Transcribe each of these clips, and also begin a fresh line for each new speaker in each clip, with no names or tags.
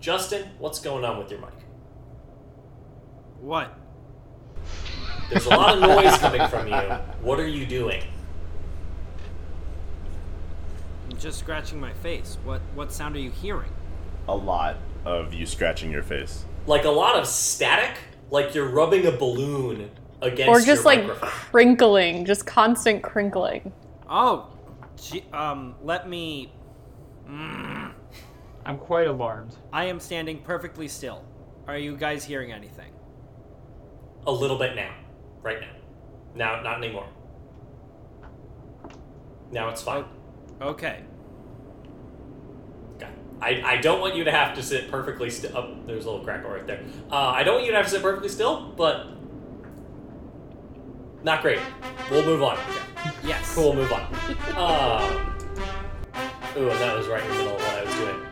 Justin, what's going on with your mic?
What?
There's a lot of noise coming from you. What are you doing?
I'm just scratching my face. What what sound are you hearing?
A lot of you scratching your face.
Like a lot of static, like you're rubbing a balloon against
or just
your
like
microphone.
crinkling, just constant crinkling.
Oh, gee, um, let me. Mm.
I'm quite alarmed.
I am standing perfectly still. Are you guys hearing anything?
a little bit now, right now. Now, not anymore. Now it's fine.
Okay.
Okay. I, I don't want you to have to sit perfectly still. Oh, there's a little crackle right there. Uh, I don't want you to have to sit perfectly still, but not great. We'll move on.
Yes.
Cool, move on. Uh, ooh, and that was right in the middle of what I was doing.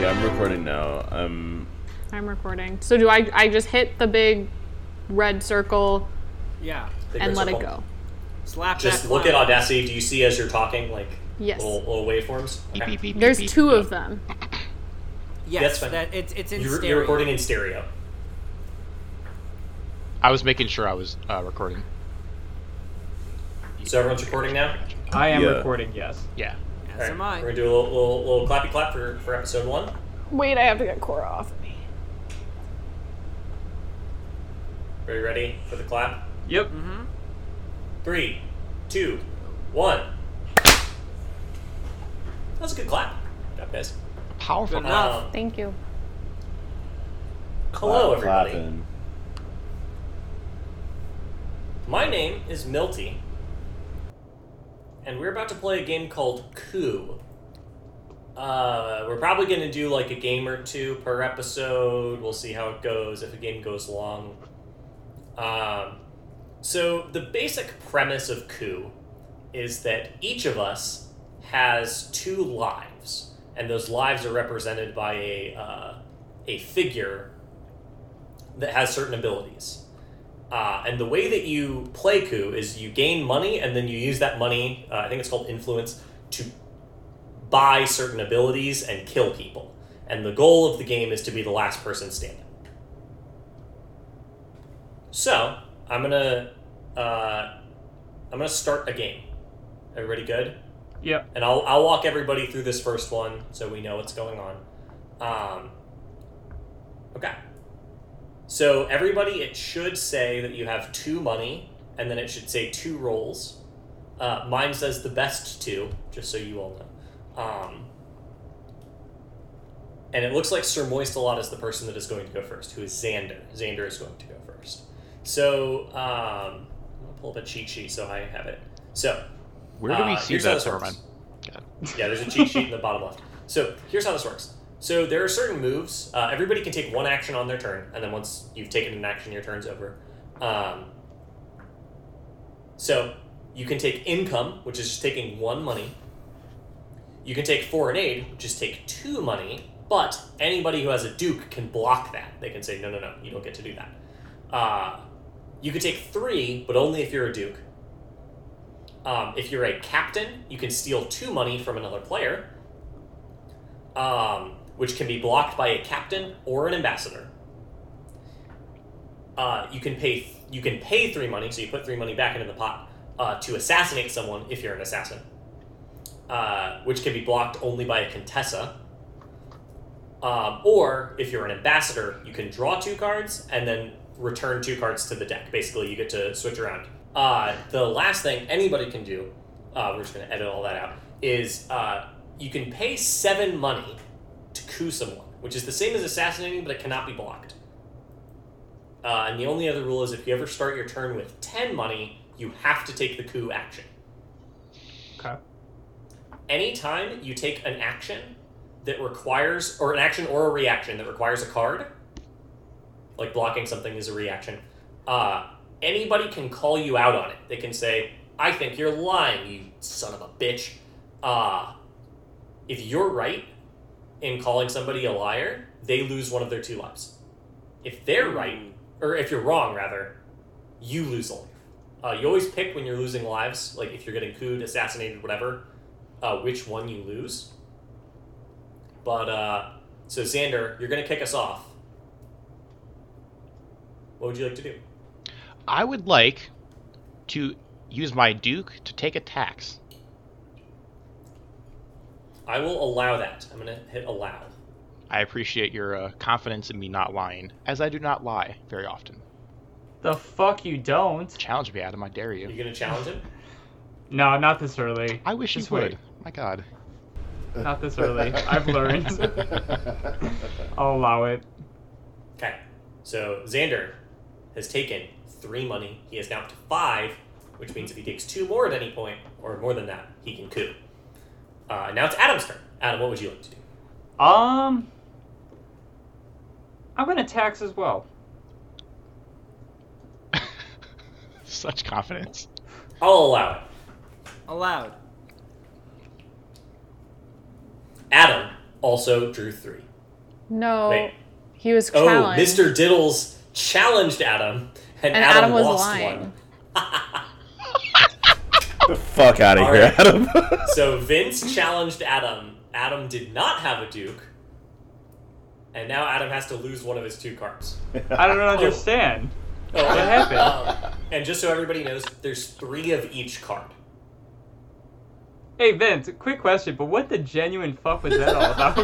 Yeah, I'm recording now. Um,
I'm recording. So do I? I just hit the big red circle
Yeah.
Big red
and let it
circle.
go.
Slap
Just
that
look
clown.
at Audacity. Do you see as you're talking, like
Yes.
little, little waveforms? Okay.
There's two of them.
Yes,
That's fine.
that it's it's in
You're,
stereo.
you're recording in stereo.
I was making sure I was uh, recording.
So everyone's recording now?
I am
Yeah.
recording, yes.
Yeah.
As am
Alright,
I.
We're gonna do a little, little, little clappy clap for, for episode one.
Wait, I have to get Cora off of me.
Are you ready for the clap?
Yep.
Three, two, one. That's a good clap. Got this.
Powerful.
Good enough.
Um,
Thank you.
hello,
clap-
everybody.
clapping.
My name is Milty, and we're about to play a game called Coup. Uh, we're probably going to do like a game or two per episode. We'll see how it goes if a game goes long. Um, so, the basic premise of Coup is that each of us has two lives, and those lives are represented by a, uh, a figure that has certain abilities. Uh, and the way that you play coup is you gain money and then you use that money, uh, I think it's called influence, to buy certain abilities and kill people. And the goal of the game is to be the last person standing. So I'm gonna uh, I'm gonna start a game. Everybody good?
Yep.
and I'll, I'll walk everybody through this first one so we know what's going on. Um, okay. So, everybody, it should say that you have two money, and then it should say two rolls. Uh, mine says the best two, just so you all know. Um, and it looks like Sir Moistalot is the person that is going to go first, who is Xander. Xander is going to go first. So, um, I'll pull up a cheat sheet so I have it. So,
Where do we
uh,
see
here's how
that?
this
Never
works.
mind.
Yeah, there's a cheat sheet in the bottom left. So here's how this works. So there are certain moves. Uh, everybody can take one action on their turn, and then once you've taken an action, your turn's over. Um, so you can take income, which is just taking one money. You can take foreign aid, which is take two money. But anybody who has a duke can block that. They can say, no, no, no, you don't get to do that. Uh, you can take three, but only if you're a duke. Um, if you're a captain, you can steal two money from another player, um, which can be blocked by a captain or an ambassador. Uh, you can pay you can pay three money, so you put three money back into the pot uh, to assassinate someone if you're an assassin, uh, which can be blocked only by a contessa. Um, or if you're an ambassador, you can draw two cards and then return two cards to the deck. Basically, you get to switch around. Uh, the last thing anybody can do, uh, we're just going to edit all that out, is uh, you can pay seven money to coup someone, which is the same as assassinating, but it cannot be blocked. Uh, and the only other rule is if you ever start your turn with 10 money, you have to take the coup action
Okay.
anytime you take an action that requires or an action or a reaction that requires a card like blocking something is a reaction uh, anybody can call you out on it they can say i think you're lying you son of a bitch uh, if you're right in calling somebody a liar they lose one of their two lives If they're right, or if you're wrong, rather, you lose a life. Uh, you always pick when you're losing lives, like if you're getting cooed, assassinated, whatever, uh, which one you lose. But, uh, so Xander, you're going to kick us off. What would you like to do?
I would like to use my Duke to take attacks.
I will allow that. I'm going to hit allow.
I appreciate your uh, confidence in me not lying, as I do not lie very often.
The fuck you don't?
Challenge me, Adam. I dare
You
you.
going to challenge him?
No, not this early.
I wish you
Just
would.
wait.
My God.
Not this early. I've learned. I'll allow it.
Okay. So Xander has taken three money. He is now up to five, which means if he takes two more at any point, or more than that, he can coup. Uh, and now it's Adam's turn. Adam, what would you like to do?
Um, I'm gonna tax as well.
Such confidence.
I'll allow it.
Allowed.
Adam also drew three.
No,
Wait.
he was
Oh,
challenged.
Mr. Diddles challenged Adam, and,
And Adam was
lost
lying.
one.
the fuck out of
All
here,
right.
Adam.
So Vince challenged Adam. Adam did not have a duke, and now Adam has to lose one of his two cards.
I don't understand.
Oh,
What happened?
Um, and just so everybody knows, there's three of each card.
Hey Vince, quick question, but what the genuine fuck was that all about?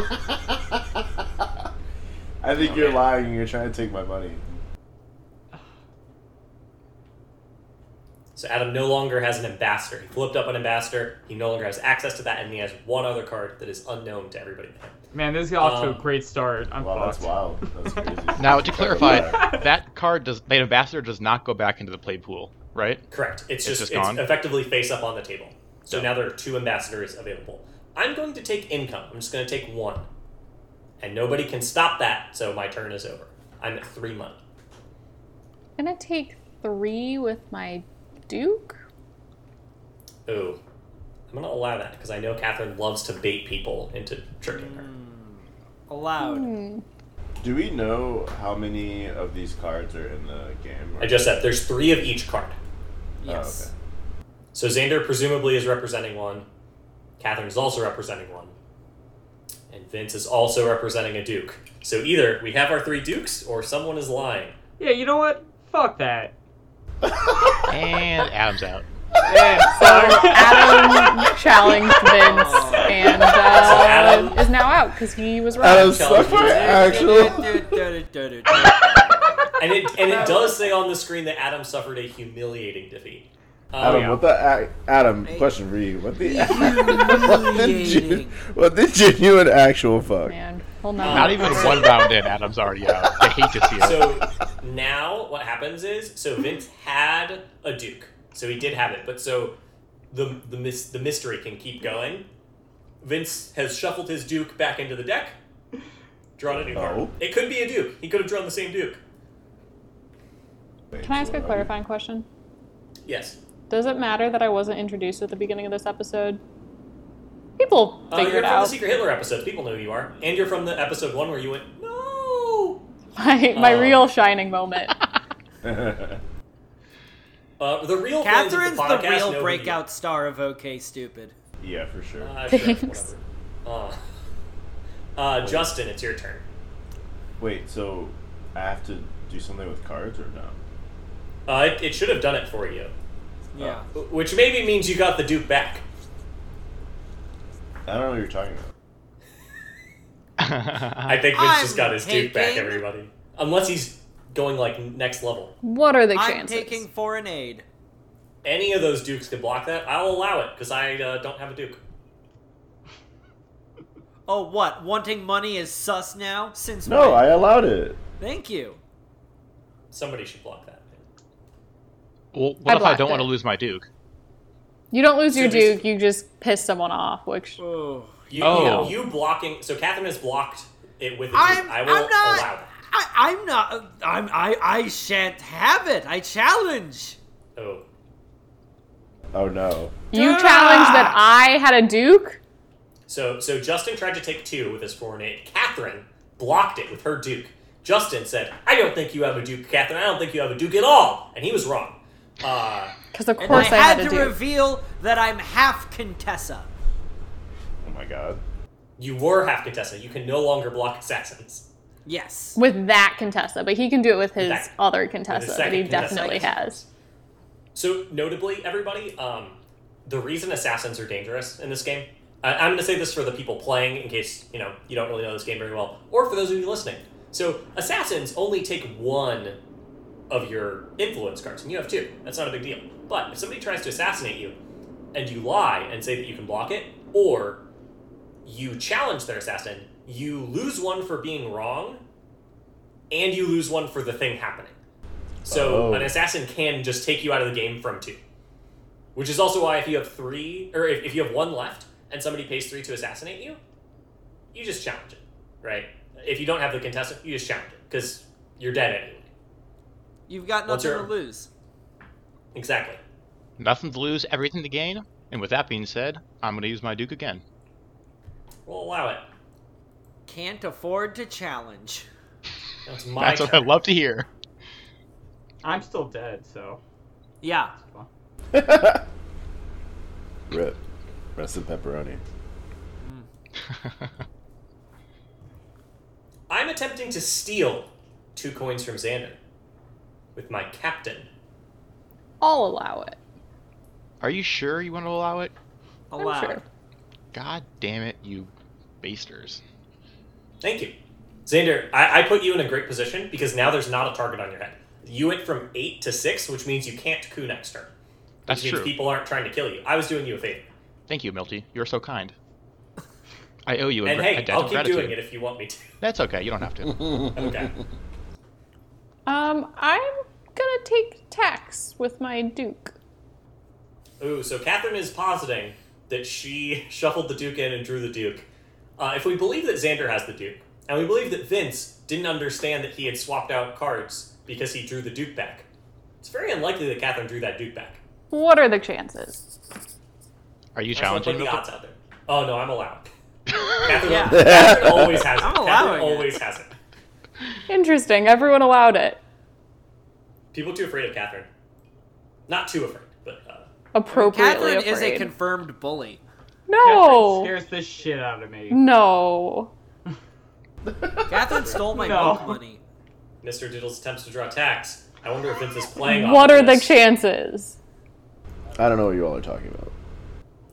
I think you're lying and you're trying to take my money.
So Adam no longer has an ambassador. He flipped up an ambassador. He no longer has access to that, and he has one other card that is unknown to everybody.
Man, this got off to
Um,
a great start. I'm
Wow, that's
fucked.
wild. That's crazy.
Now, to clarify, that card does the ambassador does not go back into the play pool, right?
Correct. It's
It's
just,
just
it's
gone?
effectively face up on the table. So now there are two ambassadors available. I'm going to take income. I'm just going to take one, and nobody can stop that. So my turn is over. I'm at three money.
I'm gonna take three with my Duke.
Ooh, I'm going to allow that because I know Catherine loves to bait people into tricking her.
Allowed.
Do we know how many of these cards are in the game? or-
I just said there's three of each card.
Oh, okay.
Yes.
So Xander presumably is representing one. Catherine is also representing one. And Vince is also representing a duke. So either we have our three dukes or someone is lying.
Yeah, you know what? Fuck that.
And Adam's out.
Man, sorry.
Adam challenged Vince and uh,
Adam-
is now out because he was right.
Adam suck my actual.
And it and it does say on the screen that Adam suffered a humiliating defeat. Um,
yeah.
Adam, what the ac- Adam?
Hey.
Question for you. What the? what, the
Humiliating.
genu- what the genuine actual fuck?
Man, he'll
Not
not.
even one round in, Adam's already out. I hate to see it.
so now what happens is so Vince had a duke. So he did have it, but so the the mis- the mystery can keep going. Vince has shuffled his duke back into the deck, drawn a new card.
Oh.
It could be a duke. He could have drawn the same duke.
Can I ask a clarifying question?
Yes.
Does it matter that I wasn't introduced at the beginning of this episode? People
Uh,
figured
you're from the
out.
Secret Hitler episode. People know who you are, and you're from the episode one where you went no.
My, my
Oh.
real shining moment.
Uh, the real fans of
Catherine's
the,
the
podcast Oh. know who you
real
are.
breakout star of OK Stupid.
yeah, for sure.
Uh, sure,
Thanks.
whatever. Uh, uh, Justin, it's your turn.
Wait, so I have to do something with cards or no?
Uh, it, it should have done it for you,
Yeah.
which maybe means you got the Duke back.
I don't know what you're talking about.
I think Vince
I'm
just got his Duke back,
taking-
everybody. Unless he's going like next level.
What are the
I'm
chances?
taking foreign aid.
Any of those Dukes can block that. I'll allow it because I uh, don't have a Duke.
Oh, what? Wanting money is sus now? Since
No,
when?
I allowed it.
Thank you.
Somebody should block that.
I
well, what if I
blocked
don't
it.
want to lose my Duke?
You don't lose your
So there's-
Duke. You just piss someone off, which
Oh.
You,
Oh.
you, you blocking. So Catherine has blocked it with a Duke.
I'm,
I
I'm
will
not.
allow that.
I, I'm not. I'm. I. I shan't have it. I challenge.
Oh.
Oh no.
you challenged that I had a Duke.
So so Justin tried to take two with his foreign aid. Catherine blocked it with her Duke. Justin said, I don't think you have a Duke, Catherine. I don't think you have a Duke at all. And he was wrong. Uh,
Because of
And
I
course I,
had,
a
to
Duke.
reveal that I'm half Contessa.
Oh my god.
you were half Contessa. You can no longer block assassins.
Yes.
with that Contessa, but he can do it with his
that-
other Contessa that he
second Contessa.
definitely has.
So, notably, everybody, um, the reason assassins are dangerous in this game, I, I'm going to say this for the people playing in case, you know, you don't really know this game very well, or for those of you listening. So, assassins only take one of your influence cards, and you have two. That's not a big deal. But if somebody tries to assassinate you, and you lie and say that you can block it, or you challenge their assassin, you lose one for being wrong, and you lose one for the thing happening. So
Oh.
an assassin can just take you out of the game from two, which is also why if you have three, or if, if you have one left, and somebody pays three to assassinate you, you just challenge it, right? If you don't have the contestant, you just challenge it because you're dead anyway.
You've got
What's
nothing
your-
to lose.
Exactly.
Nothing to lose, everything to gain. And with that being said, I'm going to use my Duke again.
We'll allow it.
Can't afford to challenge.
That's my
That's what I
turn.
love to hear.
I'm still dead, so.
Yeah.
Rip. Rest in pepperoni.
I'm attempting to steal two coins from Xander with my captain.
I'll allow it.
Are you sure you want to allow it?
Allowed.
sure.
God damn it, you basters.
Thank you. Xander, I, I put you in a great position because now there's not a target on your head. You went from eight to six, which means you can't coup next turn.
That's
which means
true.
people aren't trying to kill you. I was doing you a favor.
Thank you, Milty. You're so kind. I owe you a,
And
gra- a
hey,
debt
I'll
of
keep
gratitude.
doing it if you want me to.
That's okay. You don't have to.
Okay.
Um, I'm gonna take tax with my Duke.
Ooh, so Catherine is positing that she shuffled the Duke in and drew the Duke. Uh, if we believe that Xander has the Duke, and we believe that Vince didn't understand that he had swapped out cards because he drew the Duke back, it's very unlikely that Catherine drew that Duke back.
What are the chances?
Are you
I just wanna
challenging?
put the
Milty?
odds out there. Oh no, I'm allowed. Catherine,
Yeah.
Catherine always has it.
I'm
Catherine
allowing it.
always has it.
Interesting. Everyone allowed it.
People too afraid of Catherine. Not too afraid, but uh,
Appropriately
Catherine is a
afraid.
confirmed bully.
Catherine
no,
scares the shit out of me.
no.
Catherine stole my
No.
milk money.
Mr. Diddles attempts to draw tax. I wonder if Vince is playing. off
What
of
are the
this.
chances?
I don't know what you all are talking about.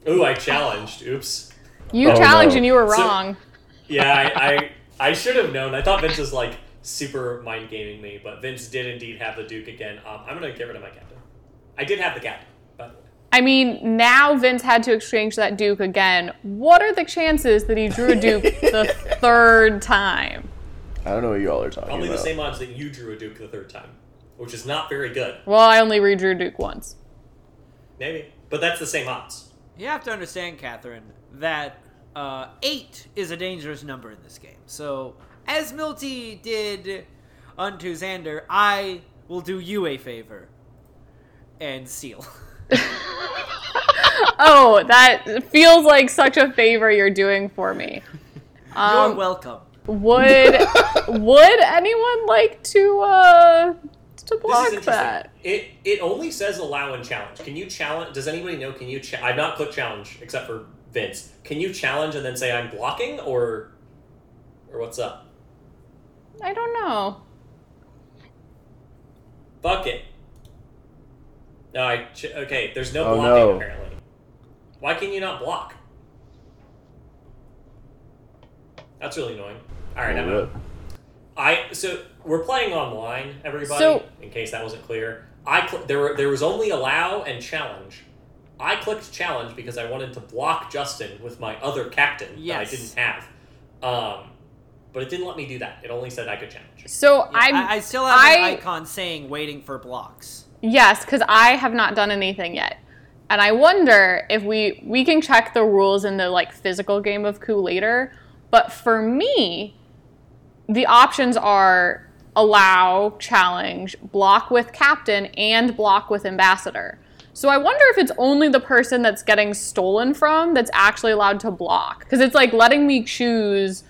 Ooh, I challenged. Oops.
You
Oh,
challenged
no.
and you were
So-
wrong.
Yeah, I I, I should have known. I thought Vince was like super mind gaming me, but Vince did indeed have the Duke again. Um, I'm gonna get rid of my captain. I did have the captain, by the way.
I mean, now Vince had to exchange that Duke again. What are the chances that he drew a Duke the third time?
I don't know what you all are talking
Probably
about.
the same odds that you drew a Duke the third time, which is not very good.
Well, I only redrew Duke once.
Maybe, but that's the same odds.
You have to understand, Catherine, that uh, eight is a dangerous number in this game. So, as Milty did unto Xander, I will do you a favor and seal.
Oh, that feels like such a favor you're doing for me.
You're
Um,
welcome.
would would anyone like to uh to
This is
block
interesting.
that?
It it only says allow and challenge. Can you challenge? Does anybody know? Can you? Cha- I've not clicked challenge except for Vince. Can you challenge and then say I'm blocking or or what's up?
I don't know.
Fuck it. No, I ch- okay. There's no
Oh,
blocking
no.
apparently. Why can you not block? That's really annoying. All right, I'm out.
Rip.
I so we're playing online, everybody.
So-
in case that wasn't clear, I cl- there were there was only allow and challenge. I clicked challenge because I wanted to block Justin with my other captain
Yes.
that I didn't have, um, but it didn't let me do that. It only said I could challenge.
So I'm
I, I still have an
I-
icon saying waiting for blocks.
Yes, because I have not done anything yet, and I wonder if we we can check the rules in the like physical game of coup later. But for me, the options are allow, challenge, block with captain, and block with ambassador. So I wonder if it's only the person that's getting stolen from that's actually allowed to block, because it's like letting me choose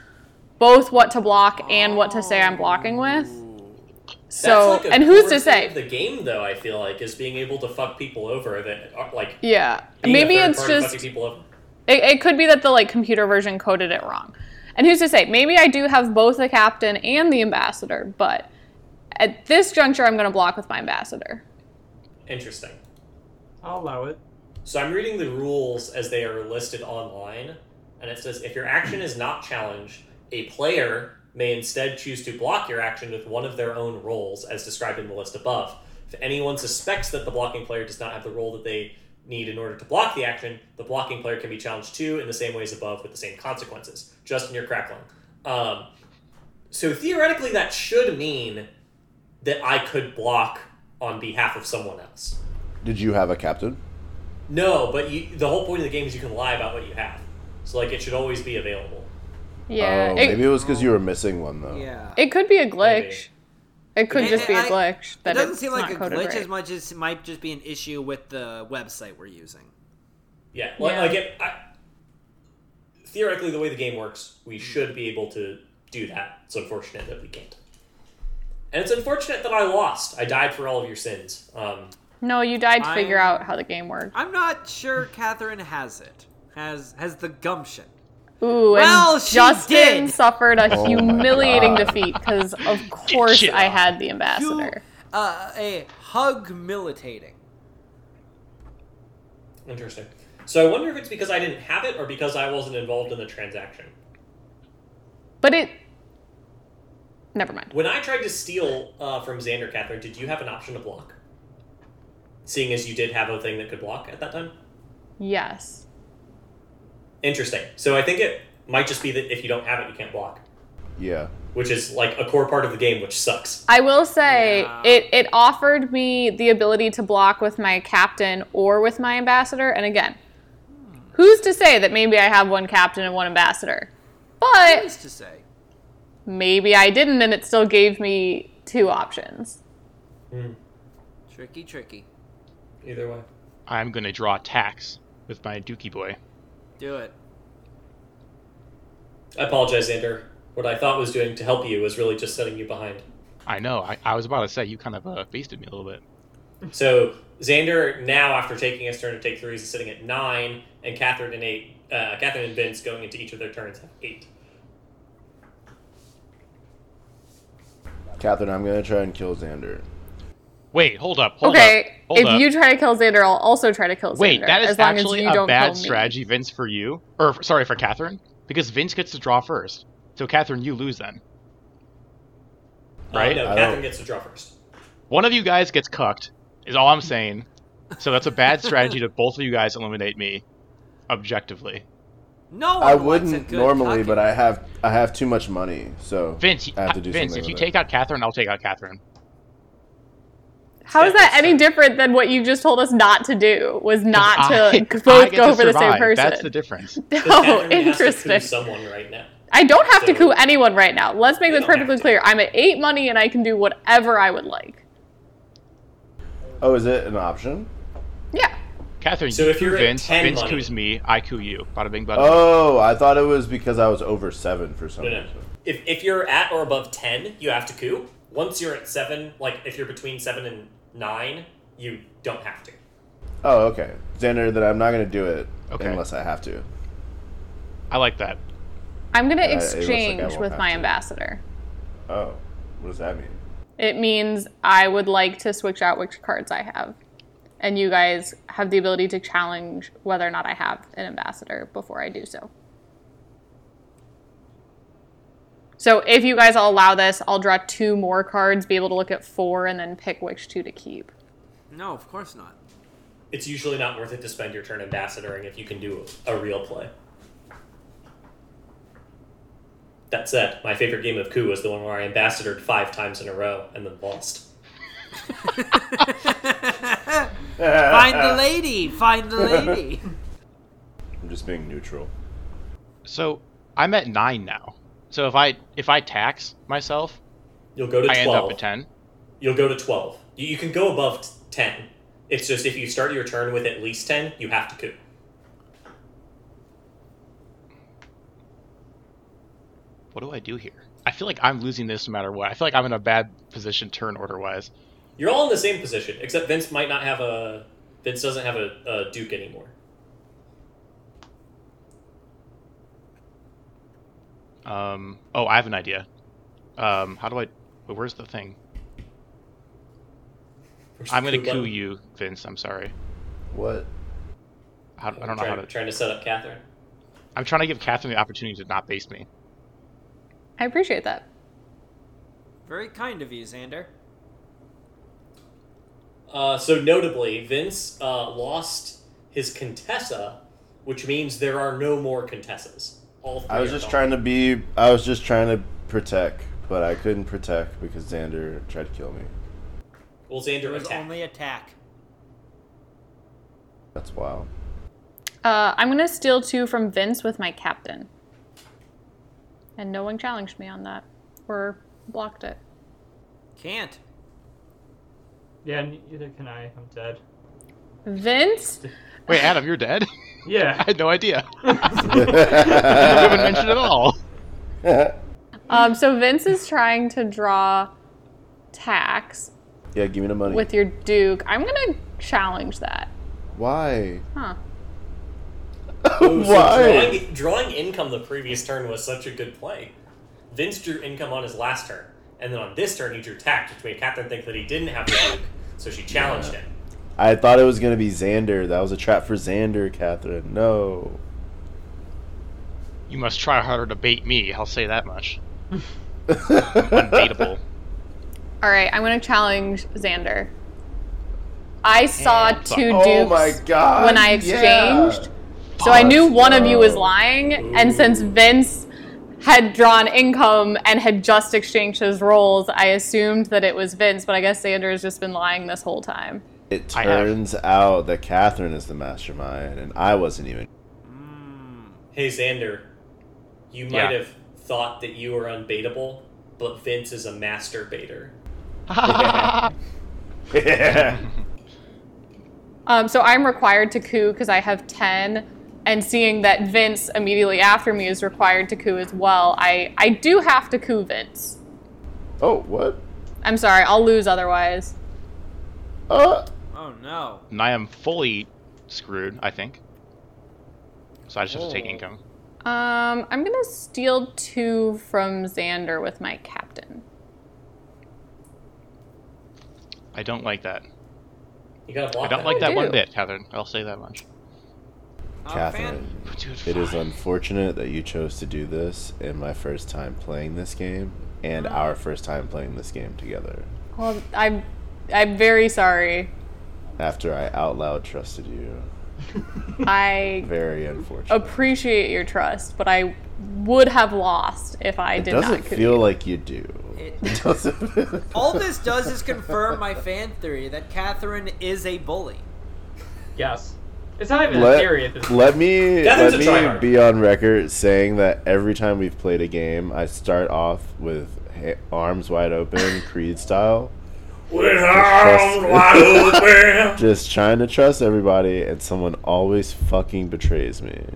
both what to block and what to say I'm blocking with. So,
That's like a
and who's
core thing
to say?
of The game, though, I feel like is being able to fuck people over. That are, like
yeah,
being a
maybe
third
it's
party
just
fucking people over.
It, it could be that the like computer version coded it wrong. And who's to say? Maybe I do have both the captain and the ambassador, but at this juncture, I'm going to block with my ambassador.
Interesting.
I'll allow it.
So I'm reading the rules as they are listed online, and it says if your action is not challenged, a player may instead choose to block your action with one of their own roles, as described in the list above. If anyone suspects that the blocking player does not have the role that they need in order to block the action, the blocking player can be challenged too in the same ways above with the same consequences. Justin, you're crackling. Um, so theoretically, that should mean that I could block on behalf of someone else.
Did you have a captain?
No, but you, the whole point of the game is you can lie about what you have. So like it should always be available.
Yeah,
Oh,
it,
maybe it was because you were missing one though.
Yeah.
it could be a glitch. It could
It-
just be a
I-
glitch.
It
That
doesn't
it's
seem like
not
a
coded
glitch
right.
as much as it might just be an issue with the website we're using.
Yeah, like,
Yeah.
like it. I, theoretically, the way the game works, we should be able to do that. It's unfortunate that we can't. And it's unfortunate that I lost. I died for all of your sins. Um,
No, you died to figure
I'm-
out how the game worked.
I'm not sure Catherine has it. Has has the gumption.
Ooh, and
Well, she
Justin
did.
suffered a
Oh my
humiliating
God.
defeat because, of course,
shit
I
up.
had the
You-
ambassador.
uh, a hug militating.
interesting. So I wonder if it's because I didn't have it or because I wasn't involved in the transaction.
But it. Never mind.
When I tried to steal uh, from Xander, Catherine, did you have an option to block? Seeing as you did have a thing that could block at that time.
Yes.
Interesting. So I think it might just be that if you don't have it, you can't block,
Yeah.
which is like a core part of the game, which sucks.
I will say
Yeah.
it it offered me the ability to block with my captain or with my ambassador. And again, who's to say that maybe I have one captain and one ambassador? But
Nice to say.
maybe I didn't and it still gave me two options.
Tricky, tricky.
Either way.
I'm gonna draw tax with my Dookie boy.
Do it.
I apologize, Xander. What I thought was doing to help you was really just setting you behind.
I know. I, I was about to say you kind of uh, beasted me a little bit.
So Xander now, after taking his turn to take threes, is sitting at nine, and Catherine and eight, uh, Catherine and Vince going into each of their turns have eight.
Catherine, I'm gonna try and kill Xander.
Wait, hold up, hold up,
okay,
hold
if
up.
you try to kill Xander, I'll also try to kill
Wait,
Xander.
that is
as long
actually
as you
a
don't
bad
kill me.
strategy, Vince, for you, or f- sorry for Catherine, because Vince gets to draw first. So Catherine, you lose then.
Uh,
Right.
no,
I
Catherine
don't-
gets to draw first.
One of you guys gets cucked, is all I'm saying. So that's a bad strategy to both of you guys eliminate me, objectively.
No,
I
one wants Oh, a
wouldn't
good
normally,
cucking.
but I have I have too much money, so
Vince,
I have to do
Vince,
something
if you
with it.
take out Catherine, I'll take out Catherine.
How is that any
Step-
different than what you just told us not to do? Was not to
I- I
both
get
go
to
for the same
survive.
person.
That's the difference.
Because
oh,
Catherine has to
interesting.
choose someone right now.
I don't have to
So-
coup anyone right now. Let's make
You
this
don't have
perfectly
to.
clear. I'm at eight money and I can do whatever I would like.
Oh, is it an option?
Yeah.
Catherine,
So
you
if
coup
you're at
Vince,
10
Vince
money-
coos me, I coup you. Bada bing, bada. bing.
Oh, I thought it was because I was over seven for some
No, no.
reason.
If, if you're at or above 10, you have to coup. Once you're at 7, like if you're between 7 and 9, you don't have to.
Oh, okay, Xander, then I'm not gonna do it
Okay.
unless I have to.
I like that.
I'm going
Uh, it
to
looks like I
exchange
won't
with
have
my
to.
ambassador.
Oh, what does that mean?
It means I would like to switch out which cards I have. And you guys have the ability to challenge whether or not I have an ambassador before I do so. So if you guys all allow this, I'll draw two more cards, be able to look at four, and then pick which two to keep.
No, of course not.
It's usually not worth it to spend your turn ambassadoring if you can do a real play. That said, my favorite game of coup was the one where I ambassadored five times in a row and then lost.
Find the lady. Find the lady.
I'm just being neutral.
So I'm at nine now. So if I if I tax myself,
You'll go to
I end up
12.
at ten.
You'll go to 12. You, you can go above t- 10. It's just if you start your turn with at least 10, you have to coup.
what do I do here? I feel like I'm losing this no matter what. I feel like I'm in a bad position turn order wise.
You're all in the same position, except Vince might not have a. Vince doesn't have a, a Duke anymore.
Um, oh, I have an idea. Um, how do I? wait, Where's the thing?
Where's the
I'm gonna
button?
coup you, Vince. I'm sorry.
What?
How, I don't know
trying,
how to.
Trying to set up Catherine.
I'm trying to give Catherine the opportunity to not base me.
I appreciate that.
Very kind of you, Xander.
Uh, so notably, Vince uh, lost his Contessa, which means there are no more Contessas. All three
I was
are
just
gone.
trying to be. I was just trying to protect, but I couldn't protect because Xander tried to kill me.
Well,
It
Xander
was
attacked.
only attack.
That's wild.
Uh, I'm gonna steal two from Vince with my captain. And no one challenged me on that or blocked it.
Can't.
Yeah, and neither can I. I'm dead.
Vince,
Wait, Adam, you're dead. I
Yeah.
had no idea. you haven't mentioned at all.
um, so Vince is trying to draw tax
yeah, give me the money.
with your Duke. I'm gonna challenge that.
Why?
Huh.
Oh, so
Why?
drawing, drawing income the previous turn was such a good play. Vince drew income on his last turn, and then on this turn he drew tact, which made Catherine think that he didn't have the Duke, so she challenged him.
I thought it was gonna be Xander. That was a trap for Xander, Catherine. No.
You must try harder to bait me. I'll say that much.
Unbeatable.
Baitable.
All right, I'm gonna challenge Xander. I saw
And-
two Dukes.
Oh my god.
when I
yeah.
exchanged. So I knew
Let's
one of you was
go.
lying, and since
Ooh.
Vince had drawn income and had just exchanged his roles, I assumed that it was Vince, but I guess Sander has just been lying this whole time.
It
I have.
turns out that Catherine is the mastermind, and I wasn't even.
Mm.
Hey Xander, you might
Yeah.
have thought that you were unbaitable, but Vince is a master baiter.
Um, so I'm required to coup because I have 10, and seeing that Vince immediately after me is required to coup as well, I, I do have to coup Vince.
Oh what?
I'm sorry, I'll lose otherwise.
Uh,
Oh no.
and I am fully screwed, I think. So I just have to take
Oh.
income.
Um, I'm going to steal two from Xander with my captain.
I don't like that.
You gotta block
I don't
that.
like that
do.
one bit, Catherine. I'll say that much.
I'm a
Catherine,
fan.
But dude,
it is
fine.
unfortunate that you chose to do this in my first time playing this game, and our first time playing this game together.
Well, I'm I'm very sorry.
After I out loud trusted you,
I
very unfortunate.
Oh, appreciate your trust, but I would have lost if I
it
did
doesn't
not. coup
feel
you.
like you do.
It-
doesn't.
All this does is confirm my fan theory that Catherine is a bully.
yes. It's not even a theory at this
let,
point.
let me
Devin's a
let me
tryhard.
be on record saying that every time we've played a game, I start off with ha- arms wide open, Creed style,
With
arms wide
open.
just trying to trust everybody, and someone always fucking betrays me.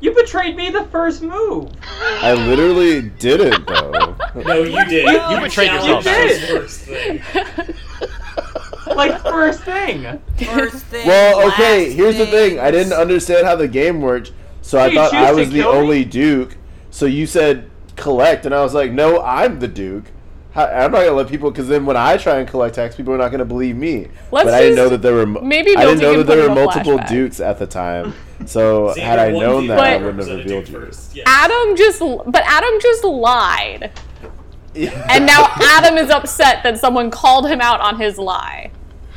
You betrayed me the first move.
I literally didn't though.
No, you did. You,
betrayed
challenged
yourself.
his First thing.
Like first thing.
First thing.
well, okay.
last
Here's the thing: I didn't
things.
understand how the game worked, so I
you
thought
choose
I
to
was the
kill me?
only Duke. So you said collect, and I was like, no, I'm the Duke. How, I'm not gonna let people because then when I try and collect tax, people are not gonna believe me.
Let's
but I didn't
just-
know that there were mo-
maybe
I didn't
Milty
know
can
that there
put
were
in a
multiple
flashback.
Dukes at the time. So
Xander
had I
won
known
the
that, I
Duke
wouldn't have
represented
revealed
Duke
you.
first. Yeah.
Adam just but Adam just lied. And now Adam is upset that someone called him out on his lie.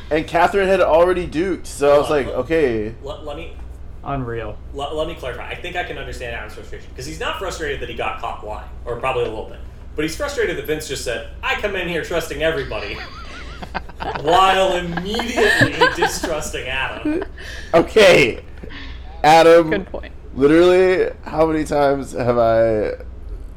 and Catherine had already Duked, so I was like,
Oh.
okay,
Let, let me
Unreal.
let, let me clarify. I think I can understand Adam's frustration because he's not frustrated that he got caught lying, or probably a little bit, but he's frustrated that Vince just said, "I come in here trusting everybody," while immediately distrusting Adam.
okay, Adam.
Good point.
Literally, how many times have I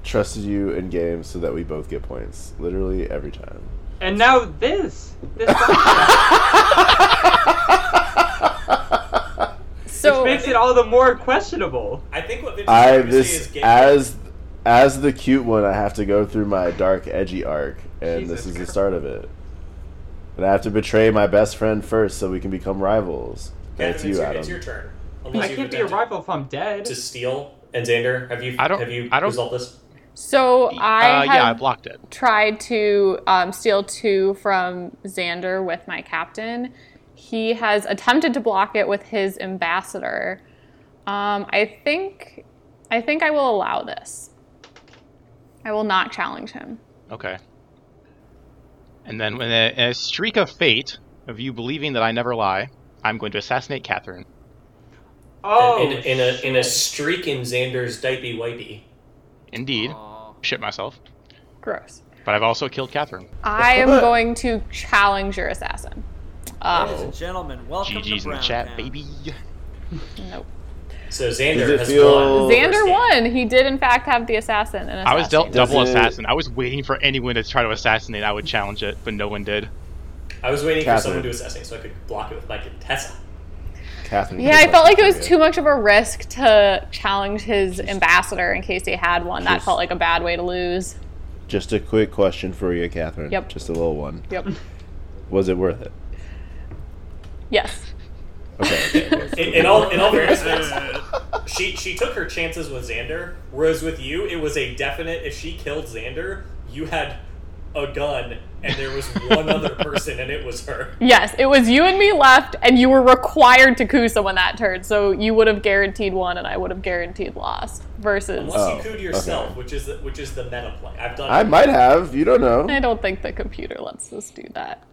trusted you in games so that we both get points? Literally every time.
And now this. This podcast,
So
makes it all the more questionable.
I think what Vince is
I
trying to say
this
is game.
as as the cute one, I have to go through my dark, edgy arc, and
Jesus
this is the
Christ.
start of it. And I have to betray my best friend first, so we can become rivals. That's
Catherine,
you,
it's, your,
Adam.
it's your turn.
I
Unless you've
can't be a
attempted
rival if I'm dead.
to steal. And Xander, have you
I don't-
have you
I don't-
resolved this?
So I
uh,
have
yeah, I blocked it.
tried to um, steal two from Xander with my captain. He has attempted to block it with his ambassador. Um, I think, I think I will allow this. I will not challenge him.
Okay. And then, with a, a streak of fate of you believing that I never lie, I'm going to assassinate Catherine.
oh,
in, in a in a streak in Xander's dipey wipey.
Indeed,
Aw.
shit myself.
Gross.
But I've also killed Catherine.
I am going to challenge your assassin. Uh,
Oh.
Ladies and gentlemen, welcome
GG's
to
in
Brown
the chat,
Town.
baby.
nope.
So Xander
Does it
has
feel-
won. the first
Xander
game.
won. He did in fact have the assassin. And
I was dealt
Does
double
it-
assassin. I was waiting for anyone to try to assassinate. I would challenge it, but no one did.
I was waiting for
Catherine.
someone to assassinate so I could block it with my Contessa.
Catherine.
Yeah, I felt like it was too much of a risk to challenge his ambassador in case he had one. That
Just-
felt like a bad way to lose.
Just a quick question for you, Catherine.
Yep.
Just a little one.
Yep.
Was it worth it?
Yes.
Okay. okay, okay.
In, in all in all seriousness, she she took her chances with Xander, whereas with you it was a definite. If she killed Xander, you had a gun, and there was one other person, and it was her.
Yes. It was you and me left, and you were required to coup someone that turn, so you would have guaranteed one, and I would have guaranteed lost. Versus,
Unless
Oh,
you cooed
okay.
yourself, which is the, which is the meta play. I've done.
I might have. You don't know.
I don't think the computer lets us do that.